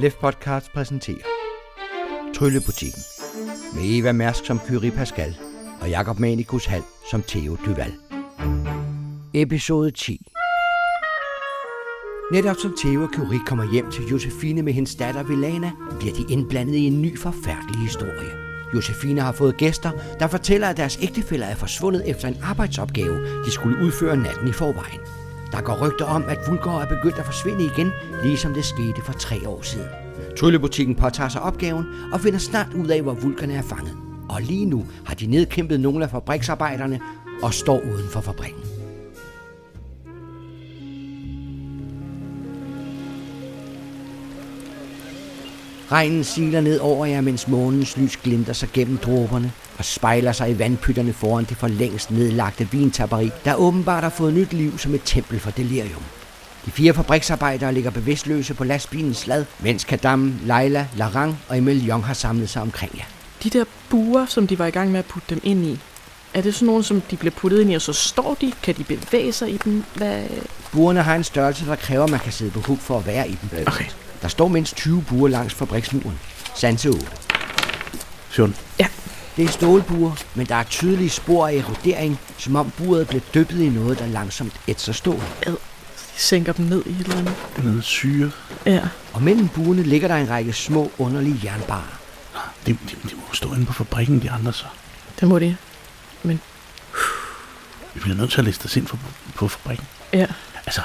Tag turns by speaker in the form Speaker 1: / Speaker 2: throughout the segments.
Speaker 1: Lef Podcast præsenterer Tryllebutikken med Eva Mærsk som Kyrie Pascal og Jakob Manikus Hal som Theo Duval. Episode 10 Netop som Theo og Curie kommer hjem til Josefine med hendes datter Velana, bliver de indblandet i en ny forfærdelig historie. Josefine har fået gæster, der fortæller, at deres ægtefæller er forsvundet efter en arbejdsopgave, de skulle udføre natten i forvejen. Der går rygter om, at Vulgaard er begyndt at forsvinde igen, ligesom det skete for tre år siden. Tryllebutikken påtager sig opgaven og finder snart ud af, hvor vulkerne er fanget. Og lige nu har de nedkæmpet nogle af fabriksarbejderne og står uden for fabrikken. Regnen siler ned over jer, mens månens lys glimter sig gennem dråberne og spejler sig i vandpytterne foran det for længst nedlagte vintaberi, der åbenbart har fået nyt liv som et tempel for delirium. De fire fabriksarbejdere ligger bevidstløse på lastbilens lad, mens Kadam, Leila, Larang og Emil Jong har samlet sig omkring jer.
Speaker 2: De der buer, som de var i gang med at putte dem ind i, er det sådan nogle, som de bliver puttet ind i, og så står de? Kan de bevæge sig i dem? Hvad?
Speaker 1: Burene har en størrelse, der kræver, at man kan sidde på huk for at være i dem.
Speaker 2: Okay.
Speaker 1: Der står mindst 20 buer langs fabriksmuren. Sanse 8.
Speaker 3: Sjøn,
Speaker 2: Ja,
Speaker 1: Det er stålbuer, men der er tydelige spor af erodering, som om buret blev dyppet i noget, der langsomt ætser stål.
Speaker 2: ad. De sænker dem ned i et eller andet.
Speaker 3: noget syre.
Speaker 2: Ja.
Speaker 1: Og mellem buerne ligger der en række små, underlige jernbarer.
Speaker 3: De, de, de må jo stå inde på fabrikken, de andre så.
Speaker 2: Det må de. Men
Speaker 3: Vi bliver nødt til at liste os ind for, på fabrikken.
Speaker 2: ja,
Speaker 3: Altså,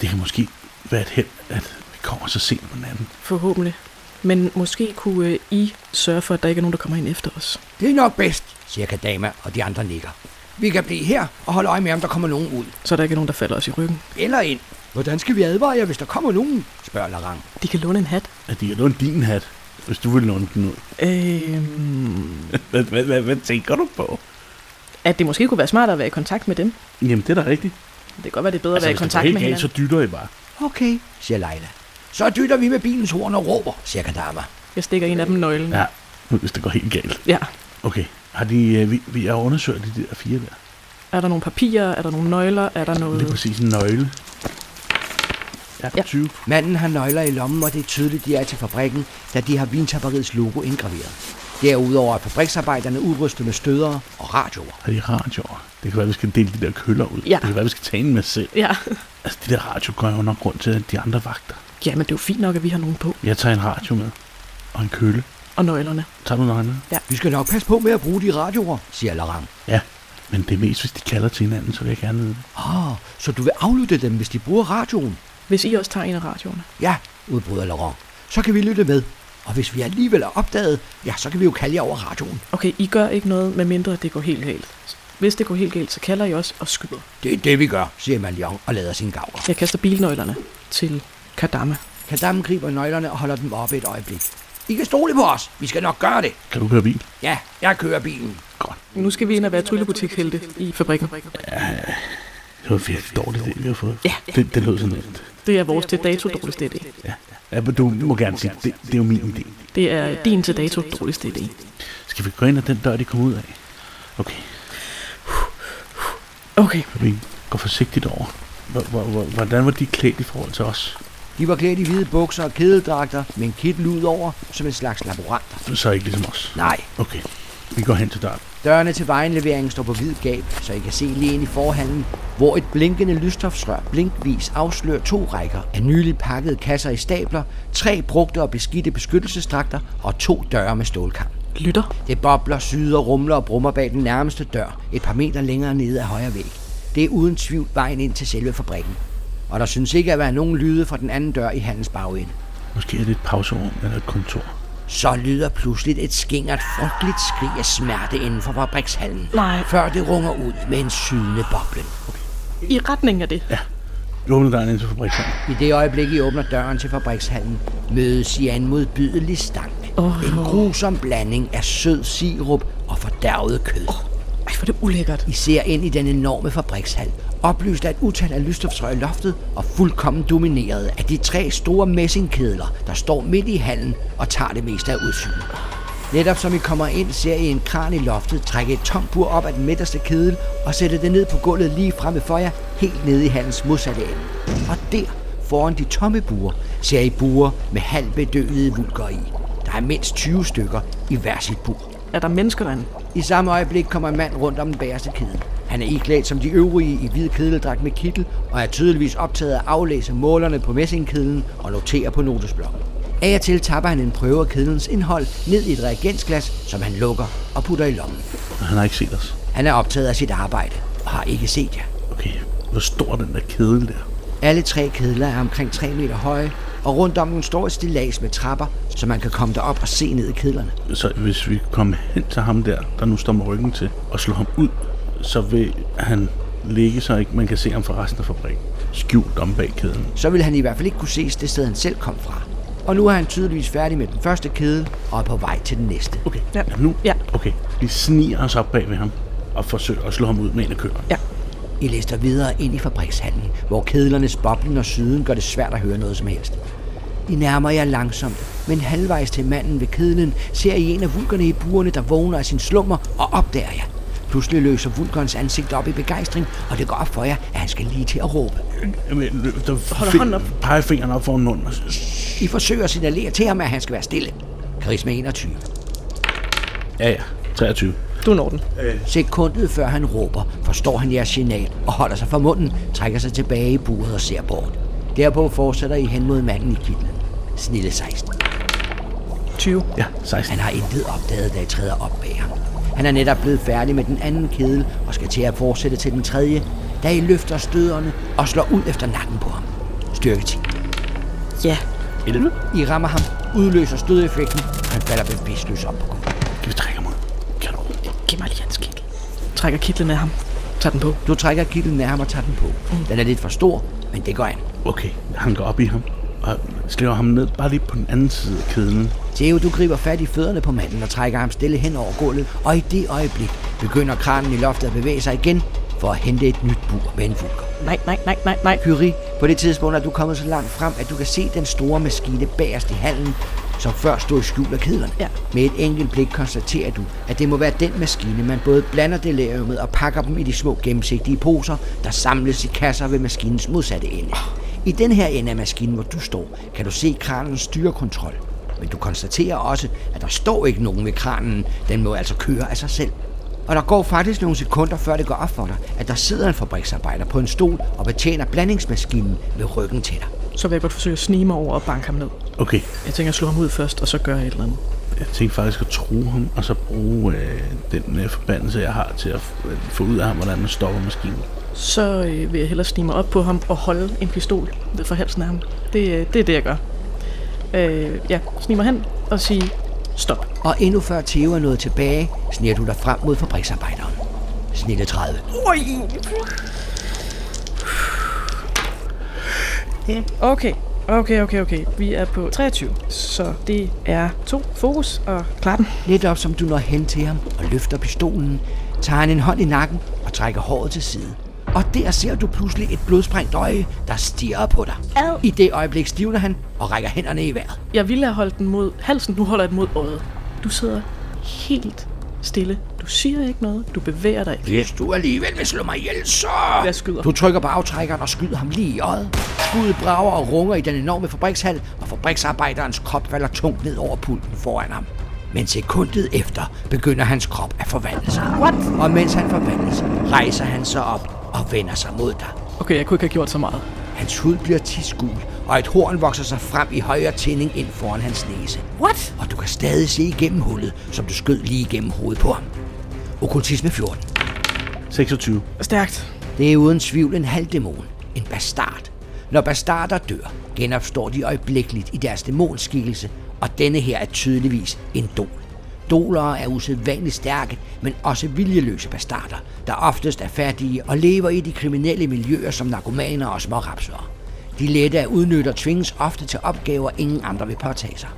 Speaker 3: det kan måske være et held, at vi kommer så sent på natten.
Speaker 2: forhåbentlig. Men måske kunne øh, I sørge for, at der ikke er nogen, der kommer ind efter os.
Speaker 1: Det er nok bedst, siger Kadama, og de andre nikker. Vi kan blive her og holde øje med, om der kommer nogen ud.
Speaker 2: Så der ikke er nogen, der falder os i ryggen.
Speaker 1: Eller ind. Hvordan skal vi advare jer, hvis der kommer nogen? spørger Larang.
Speaker 2: De kan låne en hat.
Speaker 3: At de har lånt din hat, hvis du vil låne den ud.
Speaker 2: Øhm,
Speaker 3: Hvad, hvad, hvad, hvad tænker du på?
Speaker 2: at det måske kunne være smartere at være i kontakt med dem.
Speaker 3: Jamen, det er da rigtigt.
Speaker 2: Det kan godt være, det er bedre altså, at være i
Speaker 3: hvis det går
Speaker 2: kontakt
Speaker 3: helt
Speaker 2: med
Speaker 3: galt,
Speaker 2: hinanden. Mm.
Speaker 3: så dytter I bare.
Speaker 1: Okay, siger Leila. Så dytter vi med bilens horn og råber, siger Kadama.
Speaker 2: Jeg stikker en af dem nøglen.
Speaker 3: Ja, hvis det går helt galt.
Speaker 2: ja.
Speaker 3: Okay, har de, øh, vi, vi har undersøgt de der fire der.
Speaker 2: Er der nogle papirer? Er der nogle nøgler? Er der noget...
Speaker 3: Lige præcis en nøgle. Ja,
Speaker 2: Mm. Ja.
Speaker 3: 20.
Speaker 1: Manden har nøgler i lommen, og det er tydeligt, de er til fabrikken, da de har vintapperiets logo indgraveret. Derudover er fabriksarbejderne udrustet med stødere og radioer.
Speaker 3: Har de radioer? Det kan være, vi skal dele de der køller ud.
Speaker 2: Ja.
Speaker 3: Det kan være, vi skal tage en med selv.
Speaker 2: Ja.
Speaker 3: Altså, de der radio går jo nok rundt til at de andre vagter.
Speaker 2: ja, men det er jo fint nok, at vi har nogen på.
Speaker 3: Jeg tager en radio med. Og en køle.
Speaker 2: Og nøglerne.
Speaker 3: Tager du nøglerne?
Speaker 1: Vi skal nok passe på med at bruge de radioer, siger Larang.
Speaker 3: Ja. Men det er mest, hvis de kalder til hinanden, så vil jeg gerne vide det.
Speaker 1: Ah, så du vil aflytte dem, hvis de bruger radioen?
Speaker 2: Hvis I også tager en af radioerne.
Speaker 1: Ja, udbryder Laurent. Så kan vi lytte med. Og hvis vi alligevel er opdaget, ja, så kan vi jo kalde jer over radioen.
Speaker 2: Okay, I gør ikke noget, medmindre det går helt galt. Hvis det går helt galt, så kalder I også og skyder.
Speaker 1: Det er det, vi gør, siger Malion og lader sin gavre.
Speaker 2: Jeg kaster bilnøglerne til Kadama.
Speaker 1: Kadam griber nøglerne og holder dem oppe et øjeblik. I kan stole på os. Vi skal nok gøre det.
Speaker 3: Kan du køre bil?
Speaker 1: Ja, jeg kører bilen.
Speaker 3: Godt.
Speaker 2: Nu skal vi ind og være tryllebutikshelte i fabrikken.
Speaker 3: Det var virkelig dårligt, det vi har fået.
Speaker 2: Ja.
Speaker 3: Det, det lød sådan lidt.
Speaker 2: Det er vores til dato dårligste idé.
Speaker 3: Ja, men du må gerne sige, det, det er jo min idé.
Speaker 2: Det er din til dato dårligste idé.
Speaker 3: Skal vi gå ind ad den dør, de kommer ud af? Okay,
Speaker 2: Okay,
Speaker 3: vi går forsigtigt over. Hvor- hvor- hvor- Hvordan var de klædt i forhold til os?
Speaker 1: De var klædt i hvide bukser og kedeldragter med en kittel ud over, som en slags laboranter.
Speaker 3: Så ikke ligesom os.
Speaker 1: Nej,
Speaker 3: Okay, vi går hen til døren.
Speaker 1: dørene til vejenleveringen står på hvid gab, så I kan se lige ind i forhallen, hvor et blinkende lysstofsrør blinkvis afslører to rækker af nyligt pakkede kasser i stabler, tre brugte og beskidte beskyttelsesdragter og to døre med stålkamp.
Speaker 2: lytter.
Speaker 1: Det bobler, syder, rumler og brummer bag den nærmeste dør, et par meter længere nede af højre væg. Det er uden tvivl vejen ind til selve fabrikken. Og der synes ikke at være nogen lyde fra den anden dør i hans bagende.
Speaker 3: Måske er det et pauserum eller et kontor.
Speaker 1: Så lyder pludselig et skingert, frygteligt skrig af smerte inden for fabrikshallen.
Speaker 2: Nej.
Speaker 1: Før det runger ud med en sydende boblen.
Speaker 2: I retning af det.
Speaker 3: Ja, vi åbner døren ind til fabrikken.
Speaker 1: I det øjeblik, I åbner døren til fabrikshallen, mødes I af en modbydelig stank.
Speaker 2: Åh.
Speaker 1: En grusom blanding af sød sirup og fordærvet kød.
Speaker 2: Ej, hvor er det ulækkert.
Speaker 1: I ser ind i den enorme fabrikshal, oplyst af et utal af lysstofsrør i loftet og fuldkommen domineret af de tre store messingkedler, der står midt i hallen og tager det meste af udsynet. Netop som I kommer ind, ser I en kran i loftet trække et tomt bur op af den midterste kedel og sætte det ned på gulvet lige fremme for jer, helt nede i hallens modsatte ende. Og der, foran de tomme buer, ser I buer med halvbedøvede vulker i. Der er mindst 20 stykker i hver sit bur.
Speaker 2: Er der mennesker derinde?
Speaker 1: I samme øjeblik kommer en mand rundt om den bagerste kæde. Han er iklædt som de øvrige i hvid kedeldragt med kittel, og er tydeligvis optaget af at aflæse målerne på messingkedlen og notere på notesblokken. Af og til tapper han en prøve af kedlens indhold ned i et reagensglas, som han lukker og putter i lommen.
Speaker 3: Og han har ikke set os.
Speaker 1: Han er optaget af sit arbejde og har ikke set jer.
Speaker 3: Okay, hvor stor er den der kedel der?
Speaker 1: Alle tre kedler er omkring 3 meter høje, og rundt om dem står et stillads med trapper, så man kan komme derop og se ned i kedlerne.
Speaker 3: Så hvis vi kommer hen til ham der, der nu står med ryggen til, og slår ham ud, så vil han ligge, så ikke man kan se ham fra resten af fabrikken. Skjult om bag kæden.
Speaker 1: Så vil han i hvert fald ikke kunne ses det sted, han selv kom fra. Og nu er han tydeligvis færdig med den første kæde og er på vej til den næste.
Speaker 3: Okay,
Speaker 2: Ja.
Speaker 3: Jamen nu?
Speaker 2: Ja.
Speaker 3: Okay, vi sniger os op bag ved ham og forsøger at slå ham ud med en af køerne.
Speaker 2: Ja.
Speaker 1: I lister videre ind i fabrikshallen, hvor kedlernes boblen og syden gør det svært at høre noget som helst. I nærmer jer langsomt, men halvvejs til manden ved kedlen ser I en af vulkerne i burene, der vågner af sin slummer og opdager jer. Pludselig løser vulkerens ansigt op i begejstring, og det går op for jer, at han skal lige til at råbe.
Speaker 3: Jamen, øh, der
Speaker 2: Hold
Speaker 3: fi-
Speaker 2: hånden op.
Speaker 3: Pege fingeren op foran munden. og s-
Speaker 1: I forsøger at signalere til ham, at han skal være stille. Karisma 21.
Speaker 3: Ja, ja. 23.
Speaker 2: Du når den.
Speaker 1: Sekundet før han råber, forstår han jeres signal og holder sig fra munden, trækker sig tilbage i buret og ser bort. Derpå fortsætter I hen mod manden i kitlen. Snille 16.
Speaker 2: 20.
Speaker 3: Ja, 16.
Speaker 1: Han har intet opdaget, da I træder op bag ham. Han er netop blevet færdig med den anden kedel og skal til at fortsætte til den tredje, da I løfter støderne og slår ud efter nakken på ham. Styrke 10.
Speaker 2: Ja.
Speaker 3: 11.
Speaker 1: I rammer ham, udløser stødeffekten, og han falder bevidstløs op på gulvet.
Speaker 3: Kan vi trække ham ud? Kan du?
Speaker 2: Giv mig lige hans kittel. Trækker kitlen af ham. Tag den på.
Speaker 1: Du trækker kitlen af ham og tager den på. Den er lidt for stor, men det går an.
Speaker 3: Okay, han går op i ham og slæver ham ned bare lige på den anden side af kæden.
Speaker 1: Theo, du griber fat i fødderne på manden og trækker ham stille hen over gulvet, og i det øjeblik begynder kranen i loftet at bevæge sig igen for at hente et nyt bur med en vulker.
Speaker 2: Nej, nej, nej, nej, nej.
Speaker 1: Kyrie, på det tidspunkt er du kommet så langt frem, at du kan se den store maskine bagerst i hallen, som før stod i skjul af kedlerne.
Speaker 2: Ja.
Speaker 1: Med et enkelt blik konstaterer du, at det må være den maskine, man både blander deliriumet og pakker dem i de små gennemsigtige poser, der samles i kasser ved maskinens modsatte ende. I den her ende af maskinen, hvor du står, kan du se kranens styrekontrol. Men du konstaterer også, at der står ikke nogen ved kranen. Den må altså køre af sig selv. Og der går faktisk nogle sekunder, før det går op for dig, at der sidder en fabriksarbejder på en stol og betjener blandingsmaskinen med ryggen til dig.
Speaker 2: Så vil jeg godt forsøge at snige mig over og banke ham ned.
Speaker 3: Okay,
Speaker 2: Jeg tænker at slå ham ud først, og så gøre et eller andet.
Speaker 3: jeg tænkte faktisk at true ham, og så bruge øh, den øh, forbandelse, jeg har til at f- øh, få ud af ham, hvordan man stopper maskinen.
Speaker 2: Så øh, vil jeg hellere snige mig op på ham og holde en pistol ved for halsen af ham. Det, øh, det er det, jeg gør. Øh, ja, snige mig hen og sige stop.
Speaker 1: Og endnu før Theo er nået tilbage, sniger du dig frem mod fabriksarbejderen. Snille 30.
Speaker 2: Oj. Ja, Okay, okay, okay, okay. Vi er på 23, så det er to fokus og klappen.
Speaker 1: Lidt op som du når hen til ham og løfter pistolen, tager han en hånd i nakken og trækker håret til side. Og der ser du pludselig et blodsprængt øje, der stiger på dig.
Speaker 2: Au.
Speaker 1: I det øjeblik stivner han og rækker hænderne i vejret.
Speaker 2: Jeg ville have holdt den mod halsen, nu holder jeg den mod øjet. Du sidder helt stille. Du siger ikke noget, du bevæger dig ikke.
Speaker 1: Hvis du alligevel vil slå mig ihjel, så...
Speaker 2: Jeg skyder.
Speaker 1: Du trykker på aftrækkeren og skyder ham lige i øjet. Skuddet brager og runger i den enorme fabrikshal, og fabriksarbejderens krop falder tungt ned over pulten foran ham. Men sekundet efter begynder hans krop at forvandle sig. What? Og mens han forvandles, rejser han sig op og vender sig mod dig.
Speaker 2: Okay, jeg kunne ikke have gjort så meget.
Speaker 1: Hans hud bliver tidsgul, og et horn vokser sig frem i højre tænding ind foran hans næse. What? Og du kan stadig se igennem hullet, som du skød lige igennem hovedet på ham. Okkultisme 14.
Speaker 3: 26.
Speaker 2: Stærkt.
Speaker 1: Det er uden tvivl en halvdæmon. En bastard. Når bastarder dør, genopstår de øjeblikkeligt i deres dæmonskikkelse, og denne her er tydeligvis en dol. Dolere er usædvanligt stærke, men også viljeløse bastarder, der oftest er fattige og lever i de kriminelle miljøer som narkomaner og smårapsere. De lette at udnytte og tvinges ofte til opgaver, ingen andre vil påtage sig.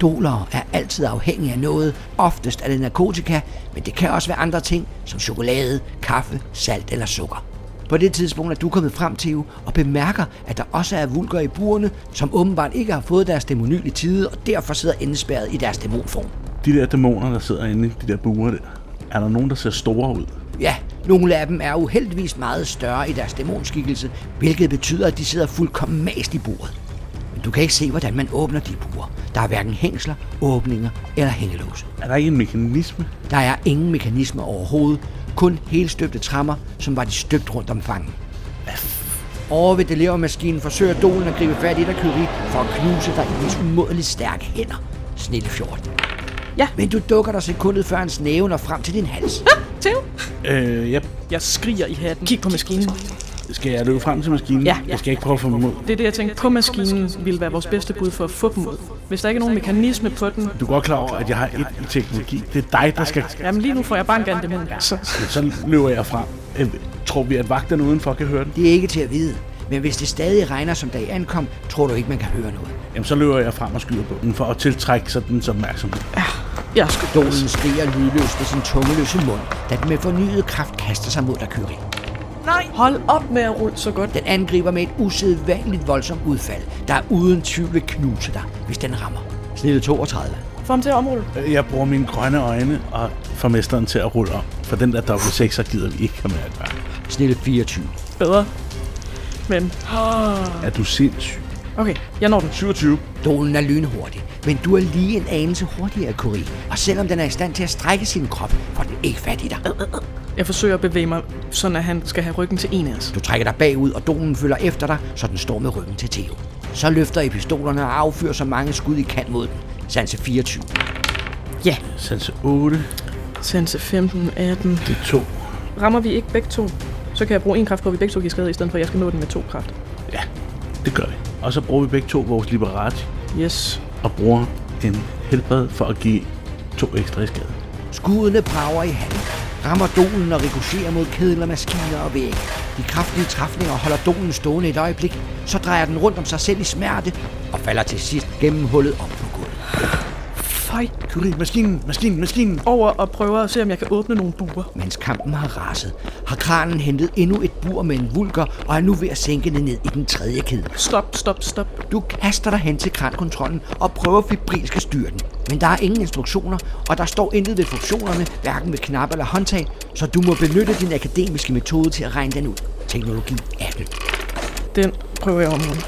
Speaker 1: Dolere er altid afhængige af noget, oftest er det narkotika, men det kan også være andre ting, som chokolade, kaffe, salt eller sukker. På det tidspunkt er du kommet frem til jo, og bemærker, at der også er vulker i burene, som åbenbart ikke har fået deres dæmonyl i tide, og derfor sidder indespærret i deres dæmonform.
Speaker 3: De der dæmoner, der sidder inde i de der buer der, er der nogen, der ser store ud?
Speaker 1: Ja, nogle af dem er uheldigvis meget større i deres dæmonskikkelse, hvilket betyder, at de sidder fuldkommen mast i bordet. Men du Du kan ikke se, hvordan man åbner de buer. Der er hverken hængsler, åbninger eller hængelåse.
Speaker 3: Er der ikke en mekanisme?
Speaker 1: Der er ingen mekanismer overhovedet, kun helstøbte trammer, som var de støbt rundt om fangen. Over ved levermaskinen forsøger dolen at gribe fat i dig, Kyrie, for at knuse dig i hans umådeligt stærke hænder. Snille fjort.
Speaker 2: Ja.
Speaker 1: Men du dukker dig sekundet før hans næve når frem til din hals.
Speaker 2: Theo?
Speaker 3: Øh, ja.
Speaker 2: Jeg skriger i hatten. Kig på maskinen.
Speaker 3: Skal jeg løbe frem til maskinen?
Speaker 2: Ja, ja.
Speaker 3: Jeg skal ikke prøve at få dem ud.
Speaker 2: Det er det, jeg tænkte på maskinen ville være vores bedste bud for at få dem ud. Hvis der ikke er nogen mekanisme på den,
Speaker 3: Du er godt klar over, at jeg har et i teknologi. Det er dig, der skal...
Speaker 2: jamen lige nu får jeg bare en gandemænd. Så
Speaker 3: Så løber jeg frem. Øh, tror vi, at vagterne udenfor kan høre den?
Speaker 1: Det er ikke til at vide. Men hvis det stadig regner, som da I ankom, tror du ikke, man kan høre noget.
Speaker 3: Jamen, så løber jeg frem og skyder på den for at tiltrække sig dens opmærksomhed.
Speaker 2: jeg er sgu
Speaker 1: Dolen skriger lydløst med sin tungeløse mund, da den med fornyet kraft kaster sig mod dig, Kyrie.
Speaker 2: Nej, hold op med at rulle så godt.
Speaker 1: Den angriber med et usædvanligt voldsomt udfald, der uden tvivl vil knuse dig, hvis den rammer. Snille 32.
Speaker 2: Få ham til at omrulle.
Speaker 3: Øh, Jeg bruger mine grønne øjne og får mesteren til at rulle om. For den der dobbelt 6 gider vi ikke have med at gøre.
Speaker 1: Snille 24.
Speaker 2: Bedre. Men,
Speaker 3: Er du sindssyg?
Speaker 2: okay, jeg når den.
Speaker 3: 27.
Speaker 1: Dolen er lynhurtig, men du er lige en anelse hurtigere, Curie. Og selvom den er i stand til at strække sin krop, får den ikke fat i dig.
Speaker 2: Jeg forsøger at bevæge mig, sådan at han skal have ryggen til en af os.
Speaker 1: Du trækker dig bagud, og dolen følger efter dig, så den står med ryggen til Theo. Så løfter I pistolerne og affyrer så mange skud I kan mod den. Sanse 24.
Speaker 2: Ja.
Speaker 3: Sanse 8.
Speaker 2: Sense 15, 18.
Speaker 3: Det er 2.
Speaker 2: Rammer vi ikke begge to, så kan jeg bruge en kraft på, at vi begge to giver skade, i stedet for at jeg skal nå den med to kræfter.
Speaker 3: Ja, det gør vi. Og så bruger vi begge to vores liberati
Speaker 2: Yes.
Speaker 3: og bruger en helbred for at give to ekstra i skade.
Speaker 1: Skuddene brager i handen, rammer dolen og rikocherer mod kedler, maskiner og vægge. De kraftige træfninger holder dolen stående et øjeblik, så drejer den rundt om sig selv i smerte og falder til sidst gennem hullet op på gulvet.
Speaker 2: Fej.
Speaker 3: Kyrie, maskinen, maskinen, maskinen.
Speaker 2: Over og prøver at se, om jeg kan åbne nogle buer.
Speaker 1: Mens kampen har raset, har kranen hentet endnu et bur med en vulker og er nu ved at sænke det ned i den tredje kæde.
Speaker 2: Stop, stop, stop.
Speaker 1: Du kaster dig hen til krankontrollen og prøver fibrilsk at styre den. Men der er ingen instruktioner, og der står intet ved funktionerne, hverken ved knap eller håndtag, så du må benytte din akademiske metode til at regne den ud. Teknologi 18.
Speaker 2: Den prøver jeg at omrulle.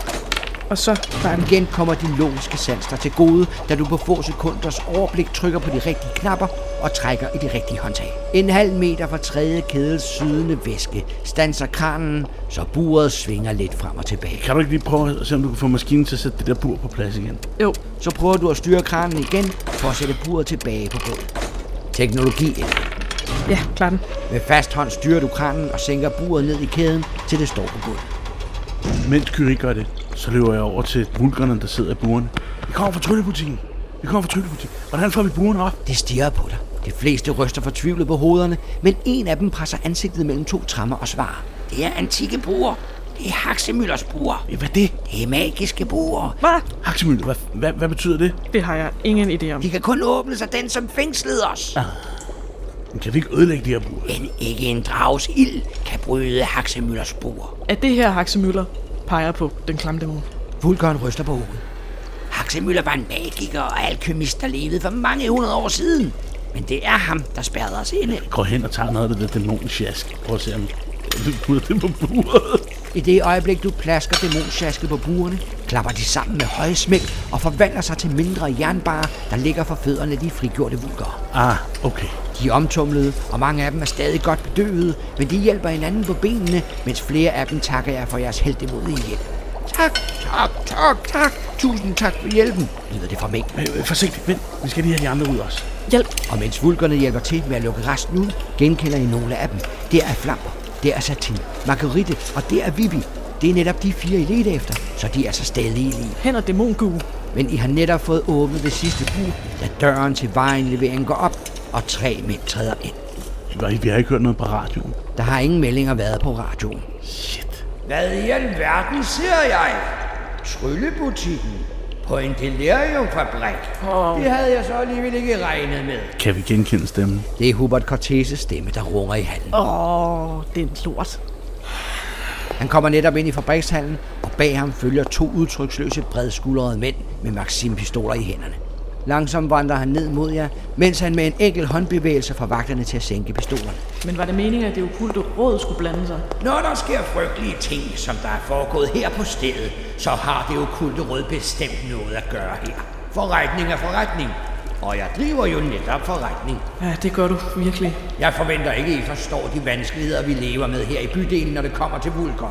Speaker 2: Og så var den.
Speaker 1: Igen kommer din logiske sans dig til gode, da du på få sekunders overblik trykker på de rigtige knapper og trækker i det rigtige håndtag. En halv meter fra tredje kædes sydende væske stanser kranen, så buret svinger lidt frem og tilbage.
Speaker 3: Kan du ikke lige prøve at se, om du kan få maskinen til at sætte det der bur på plads igen?
Speaker 2: Jo,
Speaker 1: Så prøver du at styre kranen igen for at sætte buret tilbage på gulvet. Teknologi 11.
Speaker 2: ja, klar den.
Speaker 1: Med fast hånd styrer du kranen og sænker buret ned i kæden, til det står på gulvet.
Speaker 3: Mens Kyrie gør det, så løber jeg over til vulkerne, der sidder i burene. Vi kommer fra tryllebutikken. Vi kommer fra tryllebutikken. Hvordan får vi burene op?
Speaker 1: Det stirrer på dig. De fleste ryster fortvivlet på hovederne, men en af dem presser ansigtet mellem to trammer og svarer. Det er antikke buer. Det er Haksemøllers buer.
Speaker 3: Hvad er det?
Speaker 1: Det er magiske buer.
Speaker 2: Hvad?
Speaker 3: Haksemølle, hvad, hvad, hvad betyder det?
Speaker 2: Det har jeg ingen idé om.
Speaker 1: De kan kun åbne sig den, som fængslede os.
Speaker 3: Kan vi ikke ødelægge de her bur?
Speaker 1: Men ikke en drags ild kan bryde Haksemøllers buer.
Speaker 2: Er det her Haxemøller peger på den klamme dæmon?
Speaker 1: Vulkaren ryster på hovedet. Haxemøller var en magiker og alkymist, der levede for mange hundrede år siden. Men det er ham, der spærrede os inde.
Speaker 3: Gå hen og tager noget af det der dæmonsjask. Prøv at se, om du putter det på buret.
Speaker 1: I det øjeblik, du plasker dæmonsjasket på burene, klapper de sammen med høje smæk og forvandler sig til mindre jernbarer, der ligger for fødderne af de frigjorte vulker.
Speaker 3: Ah, okay.
Speaker 1: De er omtumlede, og mange af dem er stadig godt bedøvede, men de hjælper hinanden på benene, mens flere af dem takker jer for jeres heldemodige hjælp. Tak, tak, tak, tak. Tusind tak for hjælpen, lyder det fra mængden.
Speaker 3: Øh, øh, forsigtigt, vent. Vi skal lige have de andre ud også.
Speaker 2: Hjælp!
Speaker 1: Og mens vulkerne hjælper til med at lukke resten ud, genkender I nogle af dem. Der er Flamper, der er Satin, Marguerite og der er Vivi. Det er netop de fire, I ledte efter, så de er så stadig i live.
Speaker 2: Hen og dæmongue.
Speaker 1: Men I har netop fået åbnet det sidste bur, da døren til vejenleveringen går op, og tre mænd træder ind.
Speaker 3: Nej, Vi har ikke hørt noget på radioen.
Speaker 1: Der har ingen meldinger været på radioen.
Speaker 3: Shit.
Speaker 1: Hvad i alverden ser jeg? Tryllebutikken på en deliriumfabrik. Oh. Det havde jeg så alligevel ikke regnet med.
Speaker 3: Kan vi genkende stemmen?
Speaker 1: Det er Hubert Cortese' stemme, der runger i hallen.
Speaker 2: Åh, oh, det er en lort.
Speaker 1: Han kommer netop ind i fabrikshallen, og bag ham følger to udtryksløse, bredskuldrede mænd med Maxim-pistoler i hænderne. Langsomt vandrer han ned mod jer, mens han med en enkelt håndbevægelse får vagterne til at sænke pistolerne.
Speaker 2: Men var det meningen, at det okulte råd skulle blande sig?
Speaker 4: Når der sker frygtelige ting, som der er foregået her på stedet, så har det okulte rød bestemt noget at gøre her. Forretning er forretning, og jeg driver jo netop forretning.
Speaker 2: Ja, det gør du virkelig.
Speaker 4: Jeg forventer ikke, I forstår de vanskeligheder, vi lever med her i bydelen, når det kommer til vulkan.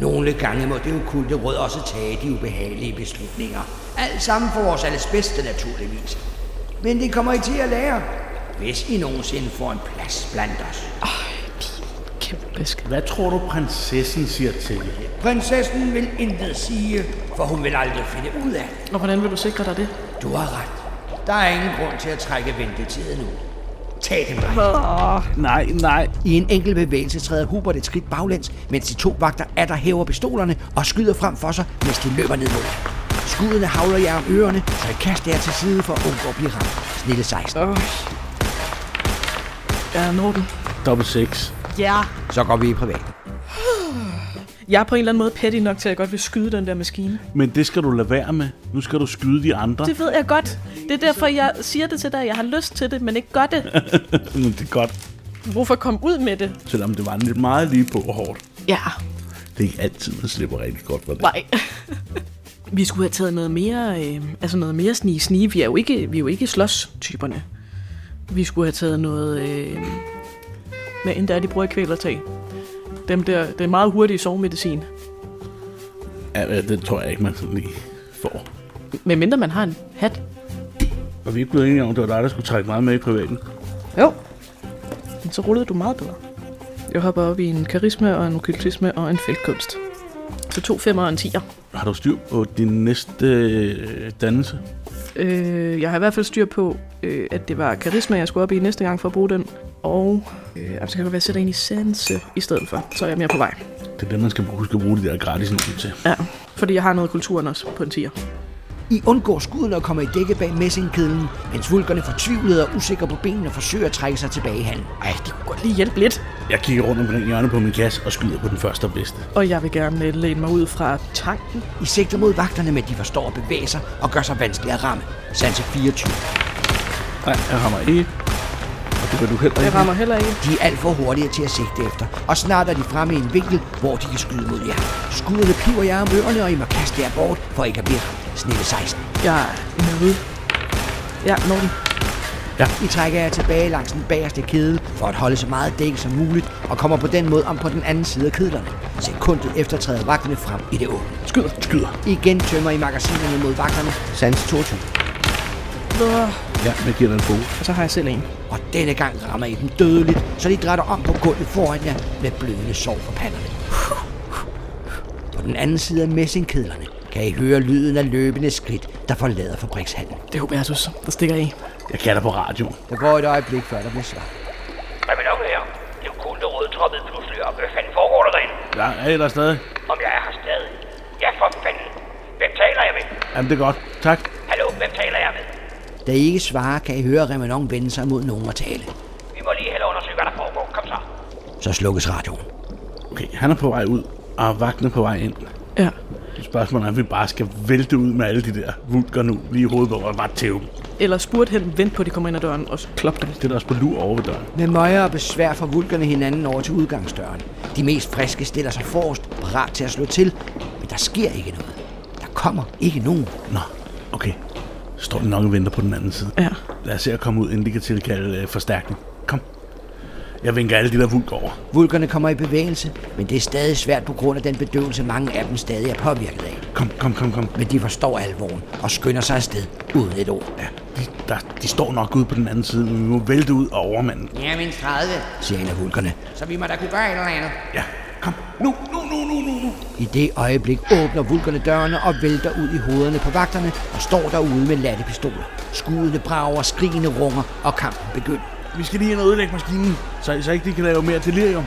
Speaker 4: Nogle gange må det okulte råd også tage de ubehagelige beslutninger. Alt sammen for vores alles bedste, naturligvis. Men det kommer I til at lære, hvis I nogensinde får en plads blandt os.
Speaker 2: Kæmpe bæsk.
Speaker 3: Hvad tror du, prinsessen siger til det her?
Speaker 4: Prinsessen vil intet sige, for hun vil aldrig finde ud af det.
Speaker 2: Og hvordan vil du sikre dig det?
Speaker 4: Du har ret. Der er ingen grund til at trække ventetiden ud. Tag dem, dreng.
Speaker 3: Nej, nej.
Speaker 1: I en enkelt bevægelse træder Hubert et skridt baglæns, mens de to vagter atter hæver pistolerne og skyder frem for sig, mens de løber ned mod jer. Skuddene havler jer om ørerne, så I kaster jer til side for at undgå at blive ramt. Snille 16.
Speaker 2: Øj. Jeg når den.
Speaker 3: Dobbelt 6.
Speaker 2: Ja.
Speaker 1: Så går vi i privat.
Speaker 2: Jeg er på en eller anden måde petty nok til, at jeg godt vil skyde den der maskine.
Speaker 3: Men det skal du lade være med. Nu skal du skyde de andre.
Speaker 2: Det ved jeg godt. Det er derfor, jeg siger det til dig. Jeg har lyst til det, men ikke gør det.
Speaker 3: Men det er godt.
Speaker 2: Hvorfor komme ud med det?
Speaker 3: Selvom det var lidt meget lige på og hårdt.
Speaker 2: Ja,
Speaker 3: Det er ikke altid, man slipper rigtig godt for det.
Speaker 2: nej. vi skulle have taget noget mere, øh, altså noget mere snige snige. Vi er jo ikke, vi er jo ikke slås-typerne. Vi skulle have taget noget, øh, hvad end det er, de bruger i kvælertag. Dem der, det er meget hurtige sovemedicin.
Speaker 3: Ja, ja, det tror jeg ikke, man sådan lige får.
Speaker 2: Men mindre man har en hat.
Speaker 3: Og vi er ikke blevet enige om, at det var dig, der skulle trække meget med i privaten.
Speaker 2: Jo. Men så rullede du meget bedre. Jeg hopper op i en karisma og en okkultisme og en feltkunst. Så to femmer og en tiger.
Speaker 3: Har du styr på din næste øh, dannelse?
Speaker 2: Øh, jeg har i hvert fald styr på, øh, at det var karisma, jeg skulle op i næste gang for at bruge den. Og øh, altså, så kan det godt være, at jeg sætter ind i sense i stedet for. Så er jeg mere på vej.
Speaker 3: Det er det, man skal bruge, skal bruge det der gratis nu til.
Speaker 2: Ja, fordi jeg har noget af kulturen også på en tiger.
Speaker 1: I undgår skuddene og kommer i dække bag messingkedlen, mens vulkerne fortvivlede og usikre på benene forsøger at trække sig tilbage i handen.
Speaker 2: Ej, det kunne godt lige hjælpe lidt.
Speaker 3: Jeg kigger rundt omkring hjørnet på min kasse og skyder på den første og bedste.
Speaker 2: Og jeg vil gerne øh, læne mig ud fra tanken.
Speaker 1: I sigter mod vagterne, men de forstår at bevæge sig og gør sig vanskelig at ramme. Sanse 24.
Speaker 3: Nej, jeg rammer ikke. Og det vil du heller
Speaker 2: Jeg
Speaker 3: ikke.
Speaker 2: rammer heller ikke.
Speaker 1: De er alt for hurtige til at sigte efter, og snart er de fremme i en vinkel, hvor de kan skyde mod jer. Skuddene piver jer om ørerne, og I må kaste jer bort, for ikke at blive ramt. Snille 16.
Speaker 2: Jeg er nede. Ja, når den.
Speaker 1: I trækker jer tilbage langs den bagerste kæde, for at holde så meget dæk som muligt, og kommer på den måde om på den anden side af kedlerne. Sekundet efter træder vagterne frem i det åbne.
Speaker 3: Skyder, skyder.
Speaker 1: Igen tømmer I magasinerne mod vagterne. Sands 22.
Speaker 2: Øh,
Speaker 3: Ja, jeg giver dig en fod.
Speaker 2: Og så har jeg selv en.
Speaker 1: Og denne gang rammer I dem dødeligt, så de drætter om på gulvet foran jer med blødende sår for panderne. På den anden side af messingkedlerne kan I høre lyden af løbende skridt, der forlader fabrikshallen.
Speaker 2: Det er Hubertus, der stikker af.
Speaker 3: Jeg kalder på radioen.
Speaker 1: Der går et øjeblik, før der bliver svar.
Speaker 4: Hvad vil nok her? Det okulte råd troppede pludselig op. Hvad fanden foregår der derinde?
Speaker 3: Ja, er I der stadig?
Speaker 4: Om jeg er her stadig? Ja, for fanden. Hvem taler jeg med?
Speaker 3: Jamen, det er godt. Tak.
Speaker 4: Hallo, hvem taler jeg med?
Speaker 1: Da I ikke svarer, kan I høre Remenon vende sig mod nogen og tale.
Speaker 4: Vi må lige hellere undersøge, hvad der foregår. Kom så.
Speaker 1: Så slukkes radioen.
Speaker 3: Okay, han er på vej ud, og vagten er på vej ind.
Speaker 2: Ja.
Speaker 3: Spørgsmålet er, om vi bare skal vælte ud med alle de der vulker nu, lige i hovedet, hvor bare tæve. dem.
Speaker 2: Eller spurgt hen, vent på, at de kommer ind ad døren, og så klop dem.
Speaker 3: Det er der også på lur over ved døren.
Speaker 1: Med møjer og besvær får vulkerne hinanden over til udgangsdøren. De mest friske stiller sig forrest, parat til at slå til, men der sker ikke noget. Der kommer ikke nogen.
Speaker 3: Nå, okay. Så står de nok og venter på den anden side.
Speaker 2: Ja.
Speaker 3: Lad os se at komme ud, inden de kan tilkalde øh, forstærkning. Kom. Jeg vinker alle de der vulker over.
Speaker 1: Vulkerne kommer i bevægelse, men det er stadig svært på grund af den bedøvelse, mange af dem stadig er påvirket af.
Speaker 3: Kom, kom, kom, kom.
Speaker 1: Men de forstår alvoren og skynder sig afsted uden et ord,
Speaker 3: Ja, de, der, de står nok ude på den anden side, men vi må vælte ud og overmanden.
Speaker 4: Ja, mindst 30.
Speaker 1: siger en af vulkerne.
Speaker 4: Så vi må da kunne gøre et eller andet.
Speaker 3: Ja, kom. Nu, nu, nu, nu, nu, nu.
Speaker 1: I det øjeblik åbner vulkerne dørene og vælter ud i hovederne på vagterne og står derude med latte pistoler. Skuddene brager, skrigende runger og kampen begynder.
Speaker 3: Vi skal lige ind og ødelægge maskinen, så, så ikke de kan lave mere delirium.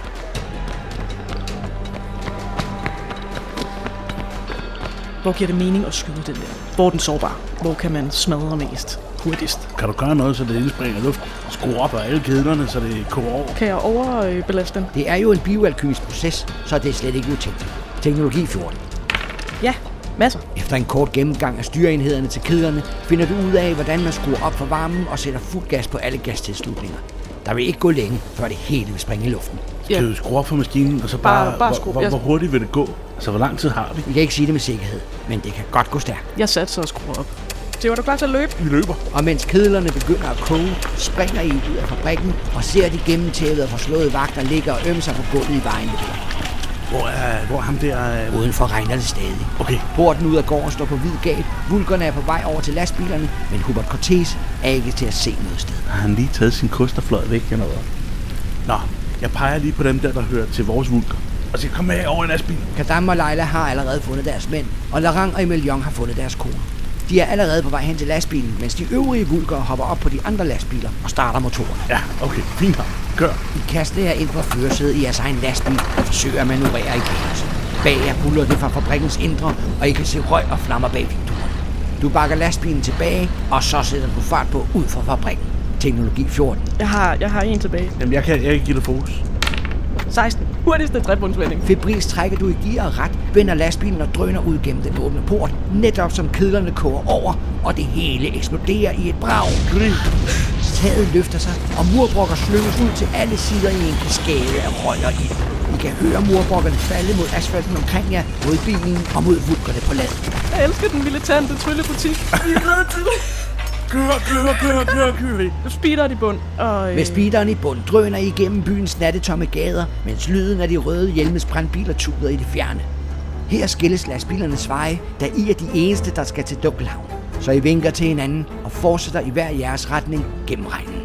Speaker 2: Hvor giver det mening at skyde den der? Hvor er den sårbar? Hvor kan man smadre mest? Hurtigst?
Speaker 3: Kan du gøre noget, så det indspringer luft? Skru op af alle kedlerne, så det koger over.
Speaker 2: Kan jeg overbelaste den?
Speaker 1: Det er jo en bioalkymisk proces, så det er slet ikke utænkt. Teknologi 14.
Speaker 2: Ja, Masser.
Speaker 1: Efter en kort gennemgang af styreenhederne til kedlerne, finder du ud af, hvordan man skruer op for varmen og sætter fuld gas på alle gastilslutninger. Der vil ikke gå længe, før det hele vil springe i luften.
Speaker 2: Ja.
Speaker 3: Skal vi skrue op for maskinen, og så
Speaker 2: Bare-
Speaker 3: bare...
Speaker 2: bare
Speaker 3: hvor,
Speaker 2: skru-
Speaker 3: hvor,
Speaker 2: jeg-
Speaker 3: hvor hurtigt vil det gå? Altså, hvor lang tid har vi?
Speaker 1: Vi kan ikke sige det med sikkerhed, men det kan godt gå stærkt.
Speaker 2: Jeg satser og skruer op. Det var du klar til at løbe?
Speaker 3: Vi løber.
Speaker 1: Og mens kedlerne begynder at koge, springer I ud af fabrikken og ser de gennemtævede og forslåede vagter ligge og ømme sig på gulvet i vejen.
Speaker 3: Hvor er, hvor er ham der? øh,
Speaker 1: Udenfor regner det stadig.
Speaker 3: Okay,
Speaker 1: Porten ud af gården står på hvid gab. Vulkerne er på vej over til lastbilerne, men Hubert Cortés er ikke til at se noget sted.
Speaker 3: har han lige taget sin kost og fløjet væk eller noget? Nå, jeg peger lige på dem der, der hører til vores vulker. Og siger, kom med over i lastbil.
Speaker 1: Kadam og Leila har allerede fundet deres mænd, og Larang og Emilion har fundet deres koner. De er allerede på vej hen til lastbilen, mens de øvrige vulkere hopper op på de andre lastbiler og starter motorerne.
Speaker 3: Ja, okay, fint nok. Kør.
Speaker 1: I kaster jer ind på førersædet i jeres egen lastbil og forsøger at manøvrere i kaos. Bag jer buller det fra fabrikkens indre, og I kan se røg og flammer bag vinduerne. Du bakker lastbilen tilbage, og så sætter du fart på ud fra fabrikken. Teknologi 14.
Speaker 2: Jeg har, jeg har en tilbage.
Speaker 3: Jamen, jeg kan, jeg kan give dig fokus.
Speaker 2: 16. Hurtigste trebundsvending.
Speaker 1: Febrils trækker du i gear og ret, vender lastbilen og drøner ud gennem den åbne port, netop som kedlerne koger over, og det hele eksploderer i et brag. Taget løfter sig, og murbrokker slynges ud til alle sider i en kaskade af røg og ild. I kan høre murbrokkerne falde mod asfalten omkring jer, mod bilen og mod vulkerne på landet.
Speaker 2: Jeg elsker den lille tante tryllebutik. Vi er nødt til det.
Speaker 3: Kør, kør, kør, kør, kør.
Speaker 2: Nu speeder de bund, og... øh,
Speaker 1: Med speederen i bund drøner I igennem byens nattetomme gader, mens lyden af de røde hjelmes brandbiler tuder i det fjerne. Her skilles lastbilernes veje, da I er de eneste, der skal til Dunkelhavn. Så I vinker til hinanden og fortsætter i hver jeres retning gennem regnen.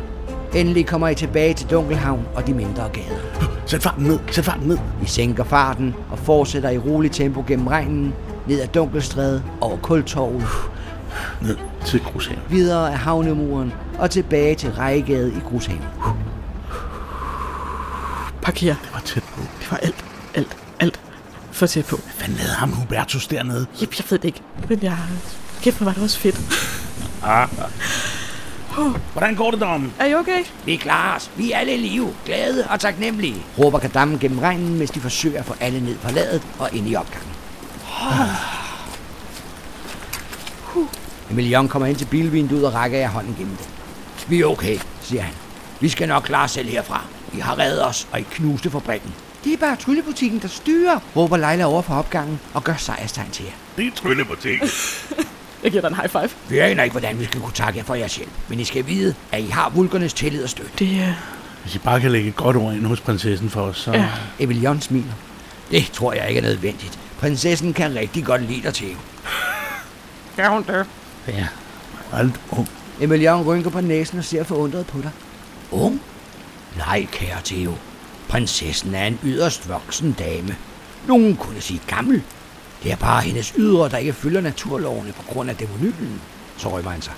Speaker 1: Endelig kommer I tilbage til Dunkelhavn og de mindre gader.
Speaker 3: Sæt farten ned, sæt farten ned.
Speaker 1: I sænker farten og fortsætter i roligt tempo gennem regnen, ned ad Dunkelstræde, over Kultorvet,
Speaker 3: Ned til grushaven.
Speaker 1: videre af havnemuren og tilbage til Rejegade i Grushaven.
Speaker 2: Parker.
Speaker 3: Det var tæt på.
Speaker 2: Det var alt, alt, alt for tæt på.
Speaker 3: Hvad lavede ham Hubertus dernede?
Speaker 2: Jep, jeg ved det ikke. Men jeg... Kæft, hvor var det også fedt.
Speaker 3: Hvordan går det, Dom?
Speaker 2: Er I okay?
Speaker 4: Vi klarer os. Vi er alle i live, glade og taknemmelige.
Speaker 1: råber kadammen gennem regnen, mens de forsøger at få alle ned på ladet og ind i opgangen. Emilion kommer hen til bilvinduet og rækker jer hånden gennem det.
Speaker 4: Vi er okay.
Speaker 1: Siger han.
Speaker 4: Vi skal nok klare os selv herfra. I har reddet os, og I knuste fabrikken.
Speaker 1: Det er bare tryllebutikken, der styrer, råber Leila over for opgangen og gør sejrstegn til jer.
Speaker 3: Det er tryllebutik.
Speaker 2: Jeg giver dig en high five.
Speaker 4: Vi aner ikke, hvordan vi skal kunne takke jer for jeres hjælp. Men I skal vide, at I har vulkernes tillid og støtte.
Speaker 2: Det øh, er...
Speaker 3: Hvis I bare kan lægge et godt ord ind hos prinsessen for os, så...
Speaker 2: Ja.
Speaker 1: Emilion smiler.
Speaker 4: Det tror jeg ikke er nødvendigt. Prinsessen kan rigtig godt lide dig, Theo.
Speaker 2: Gør hun det?
Speaker 3: ja. Alt ung.
Speaker 1: Emilion rynker på næsen og ser forundret på dig.
Speaker 4: Ung? Nej, kære Theo. Prinsessen er en yderst voksen dame. Nogen kunne sige gammel. Det er bare hendes ydre, der ikke følger naturlovene på grund af dæmonylen. Så rømmer han sig.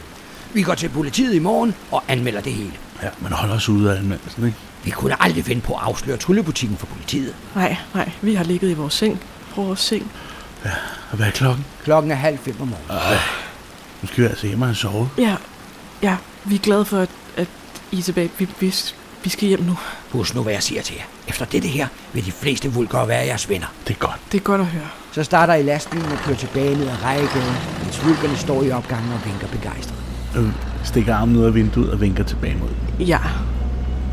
Speaker 4: Vi går til politiet i morgen og anmelder det hele.
Speaker 3: Ja, man holder os ude af anmeldelsen, ikke?
Speaker 4: Vi kunne aldrig finde på at afsløre tryllebutikken for politiet.
Speaker 2: Nej, nej. Vi har ligget i vores seng. Vores seng.
Speaker 3: Og hvad er klokken?
Speaker 1: Klokken er halv fem om morgenen.
Speaker 3: Nu skal vi altså hjemme og have sovet.
Speaker 2: Ja, ja. Vi er glade for, at, at I er tilbage. Vi, vi, vi skal hjem nu.
Speaker 4: Husk nu, hvad jeg siger til jer. Efter dette her vil de fleste vulkere være jeres venner.
Speaker 3: Det er godt.
Speaker 2: Det er godt at høre.
Speaker 1: Så starter I lastbilen og kører tilbage ned ad Rejegaden, mens vulkerne står i opgangen og vinker begejstret.
Speaker 3: Øh, stikker armen ud af vinduet og vinker tilbage mod den.
Speaker 2: Ja.